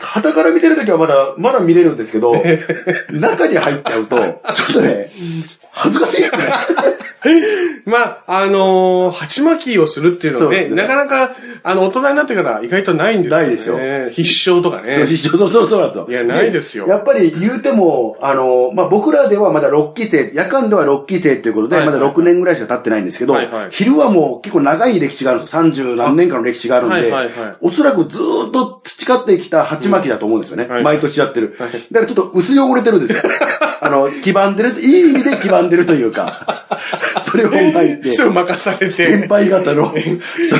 [SPEAKER 1] 肌から 見てるときはまだ、まだ見れるんですけど、中に入っちゃうと、ちょっとね、恥ずかしいっすね。
[SPEAKER 2] まあ、あのー、鉢巻きをするっていうのは
[SPEAKER 1] そうで
[SPEAKER 2] ね、
[SPEAKER 1] すね
[SPEAKER 2] なかなか、あの、大人になってから意外とないんですよね。
[SPEAKER 1] ないでしょ
[SPEAKER 2] 必勝とか
[SPEAKER 1] そう
[SPEAKER 2] ね。
[SPEAKER 1] そうそうそうなんですよ。
[SPEAKER 2] いやないですよ
[SPEAKER 1] やっぱり言うても、あの、まあ、僕らではまだ6期生、夜間では6期生ということで、
[SPEAKER 2] はいはい
[SPEAKER 1] まだ6年ぐらいしか経ってないんですけど、
[SPEAKER 2] はいはい
[SPEAKER 1] 昼はもう結構長い歴史があるんですよ。30何年間の歴史があるんで、
[SPEAKER 2] はいはいはい
[SPEAKER 1] おそらくずーっと培ってきた鉢巻きだと思うんですよね。
[SPEAKER 2] んはい
[SPEAKER 1] 毎年やってる。だからちょっと薄汚れてるんです よ。あの、黄ばんでる、いい意味で黄ばんでるというか、 それを巻いて。
[SPEAKER 2] それを任されて
[SPEAKER 1] 先。輩方 の、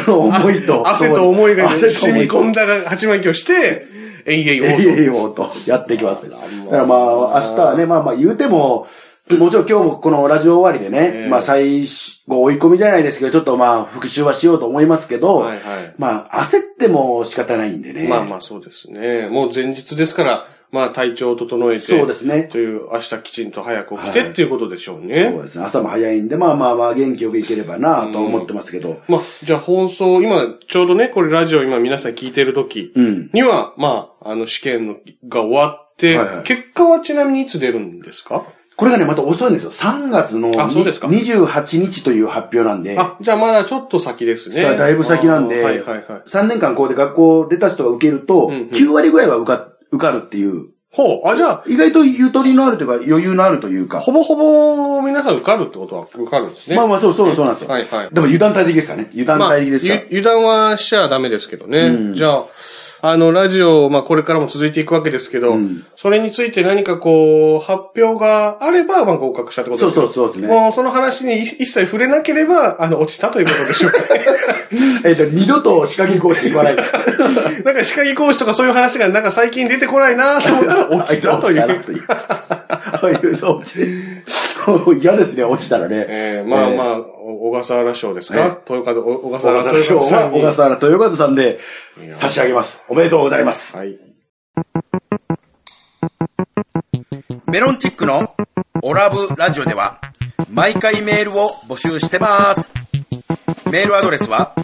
[SPEAKER 1] その思いと。
[SPEAKER 2] 汗と思いが
[SPEAKER 1] 汗と
[SPEAKER 2] 染み込んだ鉢巻きをして、えいえいおう
[SPEAKER 1] い
[SPEAKER 2] と
[SPEAKER 1] えいえもうと、やっていきます。だからまあ、明日はね、まあまあ言うても、もちろん今日もこのラジオ終わりでね、
[SPEAKER 2] ええ
[SPEAKER 1] まあ最後追い込みじゃないですけど、ちょっとまあ復習はしようと思いますけど、
[SPEAKER 2] はいはい
[SPEAKER 1] まあ焦っても仕方ないんでね。
[SPEAKER 2] まあまあそうですね。もう前日ですから、まあ体調を整えて。
[SPEAKER 1] そうですね
[SPEAKER 2] という、明日きちんと早く起きてっていうことでしょうね。
[SPEAKER 1] そうですね。朝も早いんで、まあまあまあ元気よくいければなと思ってますけど。
[SPEAKER 2] まあ、じゃあ放送、今、ちょうどね、これラジオ今皆さん聞いてる時
[SPEAKER 1] うん
[SPEAKER 2] には、まあ、あの試験のが終わって、
[SPEAKER 1] はいはい
[SPEAKER 2] 結果はちなみにいつ出るんですか
[SPEAKER 1] これがね、また遅いんですよ。3月の
[SPEAKER 2] あそうですか
[SPEAKER 1] 28日という発表なんで。
[SPEAKER 2] あ、じゃあまだちょっと先ですね。
[SPEAKER 1] さあだいぶ先なん
[SPEAKER 2] あーはい
[SPEAKER 1] で、
[SPEAKER 2] はいはい。
[SPEAKER 1] 3年間こうで学校出た人が受けると、
[SPEAKER 2] うんうん
[SPEAKER 1] 9割ぐらいは受か受かるっていう、
[SPEAKER 2] ほう、あ、じゃあ、
[SPEAKER 1] 意外とゆとりのあるというか余裕のあるというか、
[SPEAKER 2] ほぼほぼ皆さん受かるってことは受かるんですね。
[SPEAKER 1] まあまあそうそうそうなんですよ。
[SPEAKER 2] はいはい
[SPEAKER 1] でも油断大敵ですからね。油断
[SPEAKER 2] まあ、
[SPEAKER 1] 大敵ですから
[SPEAKER 2] ゆ。油断はしちゃダメですけどね。
[SPEAKER 1] うん
[SPEAKER 2] じゃあ、あの、ラジオ、まあ、これからも続いていくわけですけど、
[SPEAKER 1] うん
[SPEAKER 2] それについて何かこう、発表があれば、まあ、合格したってことですよ
[SPEAKER 1] そうそうそうですね
[SPEAKER 2] もう、その話にい一切触れなければ、あの、落ちたということでし ょうね。
[SPEAKER 1] えっと、二度と仕掛け講師言わないです。
[SPEAKER 2] なんか、歯科技講師とかそういう話が、なんか最近出てこないなと思った ら、落
[SPEAKER 1] あい
[SPEAKER 2] ち
[SPEAKER 1] つは
[SPEAKER 2] たと
[SPEAKER 1] 落
[SPEAKER 2] い
[SPEAKER 1] ちた
[SPEAKER 2] う
[SPEAKER 1] な。という。そういうそう落ちそう嫌ですね、落ちたらね。
[SPEAKER 2] えーまあま
[SPEAKER 1] あ。
[SPEAKER 2] あ、お小笠原賞ですか、
[SPEAKER 1] ね
[SPEAKER 2] 豊川、お小笠
[SPEAKER 1] 小
[SPEAKER 2] 原
[SPEAKER 1] 笠原賞
[SPEAKER 2] 豊川さ
[SPEAKER 1] は
[SPEAKER 2] ん
[SPEAKER 1] 小
[SPEAKER 2] に
[SPEAKER 1] 笠原豊和さんで差し上げます。おめでとうございます。
[SPEAKER 2] はい。
[SPEAKER 1] メロンチックのオラブラジオでは毎回メールを募集してます。メールアドレスは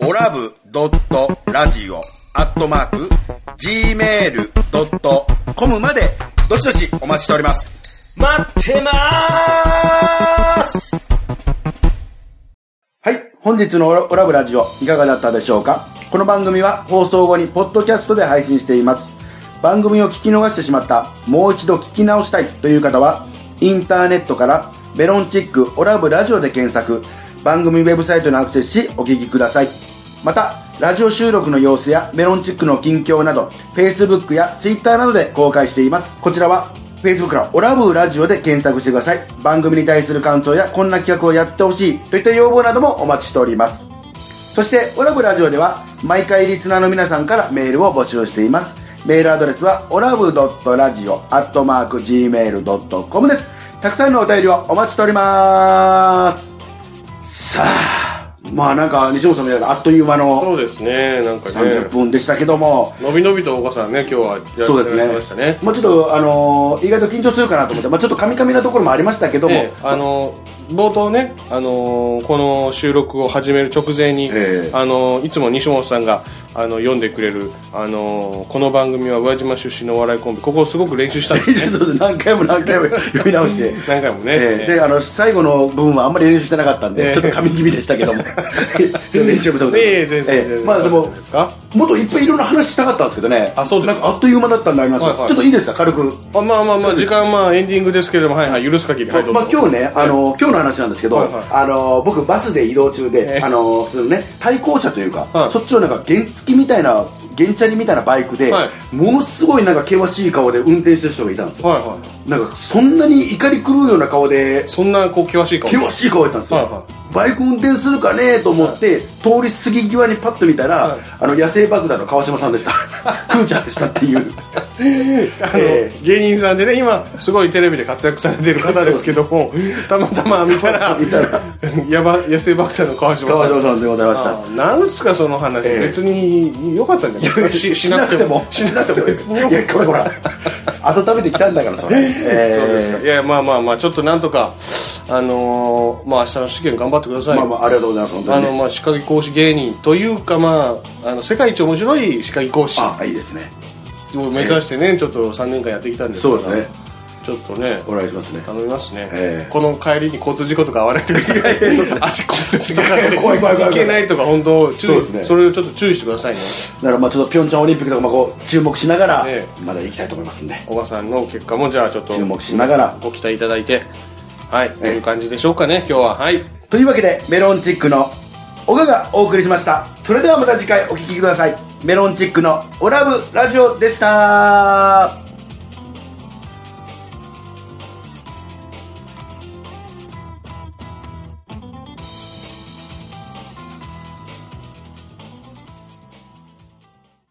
[SPEAKER 1] オラブドットラジオアットマーク gmail.com までどしどしお待ちしております。
[SPEAKER 4] 待ってまーす
[SPEAKER 1] はい。本日のオラブラジオいかがだったでしょうかこの番組は放送後にポッドキャストで配信しています。番組を聞き逃してしまった、もう一度聞き直したいという方は、インターネットからベロンチックオラブラジオで検索、番組ウェブサイトにアクセスしお聞きください。また、ラジオ収録の様子やメロンチックの近況など、Facebook や Twitter などで公開しています。こちらは Facebook からオラブラジオで検索してください。番組に対する感想やこんな企画をやってほしいといった要望などもお待ちしております。そして、オラブラジオでは毎回リスナーの皆さんからメールを募集しています。メールアドレスはオラブドットラジオアットマーク Gmail.com です。たくさんのお便りをお待ちしております。さあ、まあなんか西本さんみたいなあっという間の
[SPEAKER 2] そうですね、なんかね
[SPEAKER 1] 30。分でしたけども、
[SPEAKER 2] のびのびと小笠原ね、今日はやって
[SPEAKER 1] そうです
[SPEAKER 2] られ
[SPEAKER 1] ね
[SPEAKER 2] てましたね。
[SPEAKER 1] もうちょっと、あのー意外と緊張するかなと思って、まあ、ちょっとカミカミなところもありましたけども、
[SPEAKER 2] ええあの冒頭ね、あのこの収録を始める直前に、
[SPEAKER 1] ええ
[SPEAKER 2] あのいつも西本さんがあの読んでくれる、あのこの番組は宇和島出身のお笑いコンビここをすごく練習したんです
[SPEAKER 1] ち
[SPEAKER 2] ね
[SPEAKER 1] ょっと何回も何回も読み直して、
[SPEAKER 2] 何回もね、
[SPEAKER 1] ええであの最後の部分はあんまり練習してなかったんで、
[SPEAKER 2] ええ
[SPEAKER 1] ちょっと噛み気味でしたけど も、ちょっと練習不足
[SPEAKER 2] え
[SPEAKER 1] で
[SPEAKER 2] え全然全然、
[SPEAKER 1] ええまあでも
[SPEAKER 2] 大丈夫ですか
[SPEAKER 1] もっといっぱいいろんな話したかったんですけどね、
[SPEAKER 2] あそうです
[SPEAKER 1] なんかあっという間だったんでありますけど、
[SPEAKER 2] はいはい
[SPEAKER 1] ちょっといいですか、軽く。
[SPEAKER 2] あまあまあまあ時間まあエンディングですけれどもはいはい許す限りはいどうぞ、
[SPEAKER 1] まあ、今日ね、あの今日の話なんですけど、
[SPEAKER 2] はいはい
[SPEAKER 1] あの僕、バスで移動中で、
[SPEAKER 2] ええ
[SPEAKER 1] あの普通のね、対向車というか、
[SPEAKER 2] はい
[SPEAKER 1] そっちのなんか原付きみたいな、原チャリみたいなバイクで、
[SPEAKER 2] は
[SPEAKER 1] ものすごいなんか険しい顔で運転してる人がいたんですよ、
[SPEAKER 2] はいはい
[SPEAKER 1] なんかそんなに怒り狂うような顔で、
[SPEAKER 2] そんなこう険しい顔
[SPEAKER 1] 険しい顔だったんですよ、
[SPEAKER 2] はいは
[SPEAKER 1] バイク運転するかねと思って、通り過ぎ際にパッと見たら、
[SPEAKER 2] はい
[SPEAKER 1] あの野生爆弾の川島さんで した、クーちゃんでしたっていう。
[SPEAKER 2] あの
[SPEAKER 1] え
[SPEAKER 2] 芸人さんでね今すごいテレビで活躍されてる方です けどもたまたま見たら
[SPEAKER 1] 見たら
[SPEAKER 2] やば野生爆弾の川島さん
[SPEAKER 1] 川島さんでございました
[SPEAKER 2] あーなんすかその話、
[SPEAKER 1] ええ
[SPEAKER 2] 別に良かったんじゃないですか ししなくても
[SPEAKER 1] しなくても
[SPEAKER 2] 別に
[SPEAKER 1] い
[SPEAKER 2] 良かっ
[SPEAKER 1] やこれほら温めてきたんだからそれ、
[SPEAKER 2] た
[SPEAKER 1] えー
[SPEAKER 2] そうですかいやまあまあまあちょっとなんとかあのーまあ明日の試験頑張ってください
[SPEAKER 1] まあ
[SPEAKER 2] よ
[SPEAKER 1] まあありがとうございます本当
[SPEAKER 2] あ
[SPEAKER 1] に、
[SPEAKER 2] の
[SPEAKER 1] ね、
[SPEAKER 2] まあ歯科技講師芸人というかまああの世界一面白い歯科技講師
[SPEAKER 1] あいいですね
[SPEAKER 2] を目指してね、ちょっと3年間やってきたんですけ
[SPEAKER 1] そ
[SPEAKER 2] ど
[SPEAKER 1] うですね
[SPEAKER 2] ちょっとね、
[SPEAKER 1] お願いしますね。
[SPEAKER 2] 頼みますね、
[SPEAKER 1] ええ
[SPEAKER 2] この帰りに交通事故とか合わないでく ださい足骨折とかして
[SPEAKER 1] 怖い怖い怖い怖い
[SPEAKER 2] けないとか本当注意
[SPEAKER 1] そう
[SPEAKER 2] そ,、
[SPEAKER 1] ですね
[SPEAKER 2] れをちょっと注意してくださいね
[SPEAKER 1] だからまあちょっとピョンチャンオリンピックとかもこう注目しながら
[SPEAKER 2] え、
[SPEAKER 1] まだ行きたいと思いますんで。
[SPEAKER 2] おばさんの結果もじゃあちょっと
[SPEAKER 1] 注目しながら
[SPEAKER 2] ご期待いただいてはいという感じでしょうかね今日ははい
[SPEAKER 1] というわけで、メロンチックの小川がお送りしました。それではまた次回お聞きください。メロンチックのオラブラジオでした。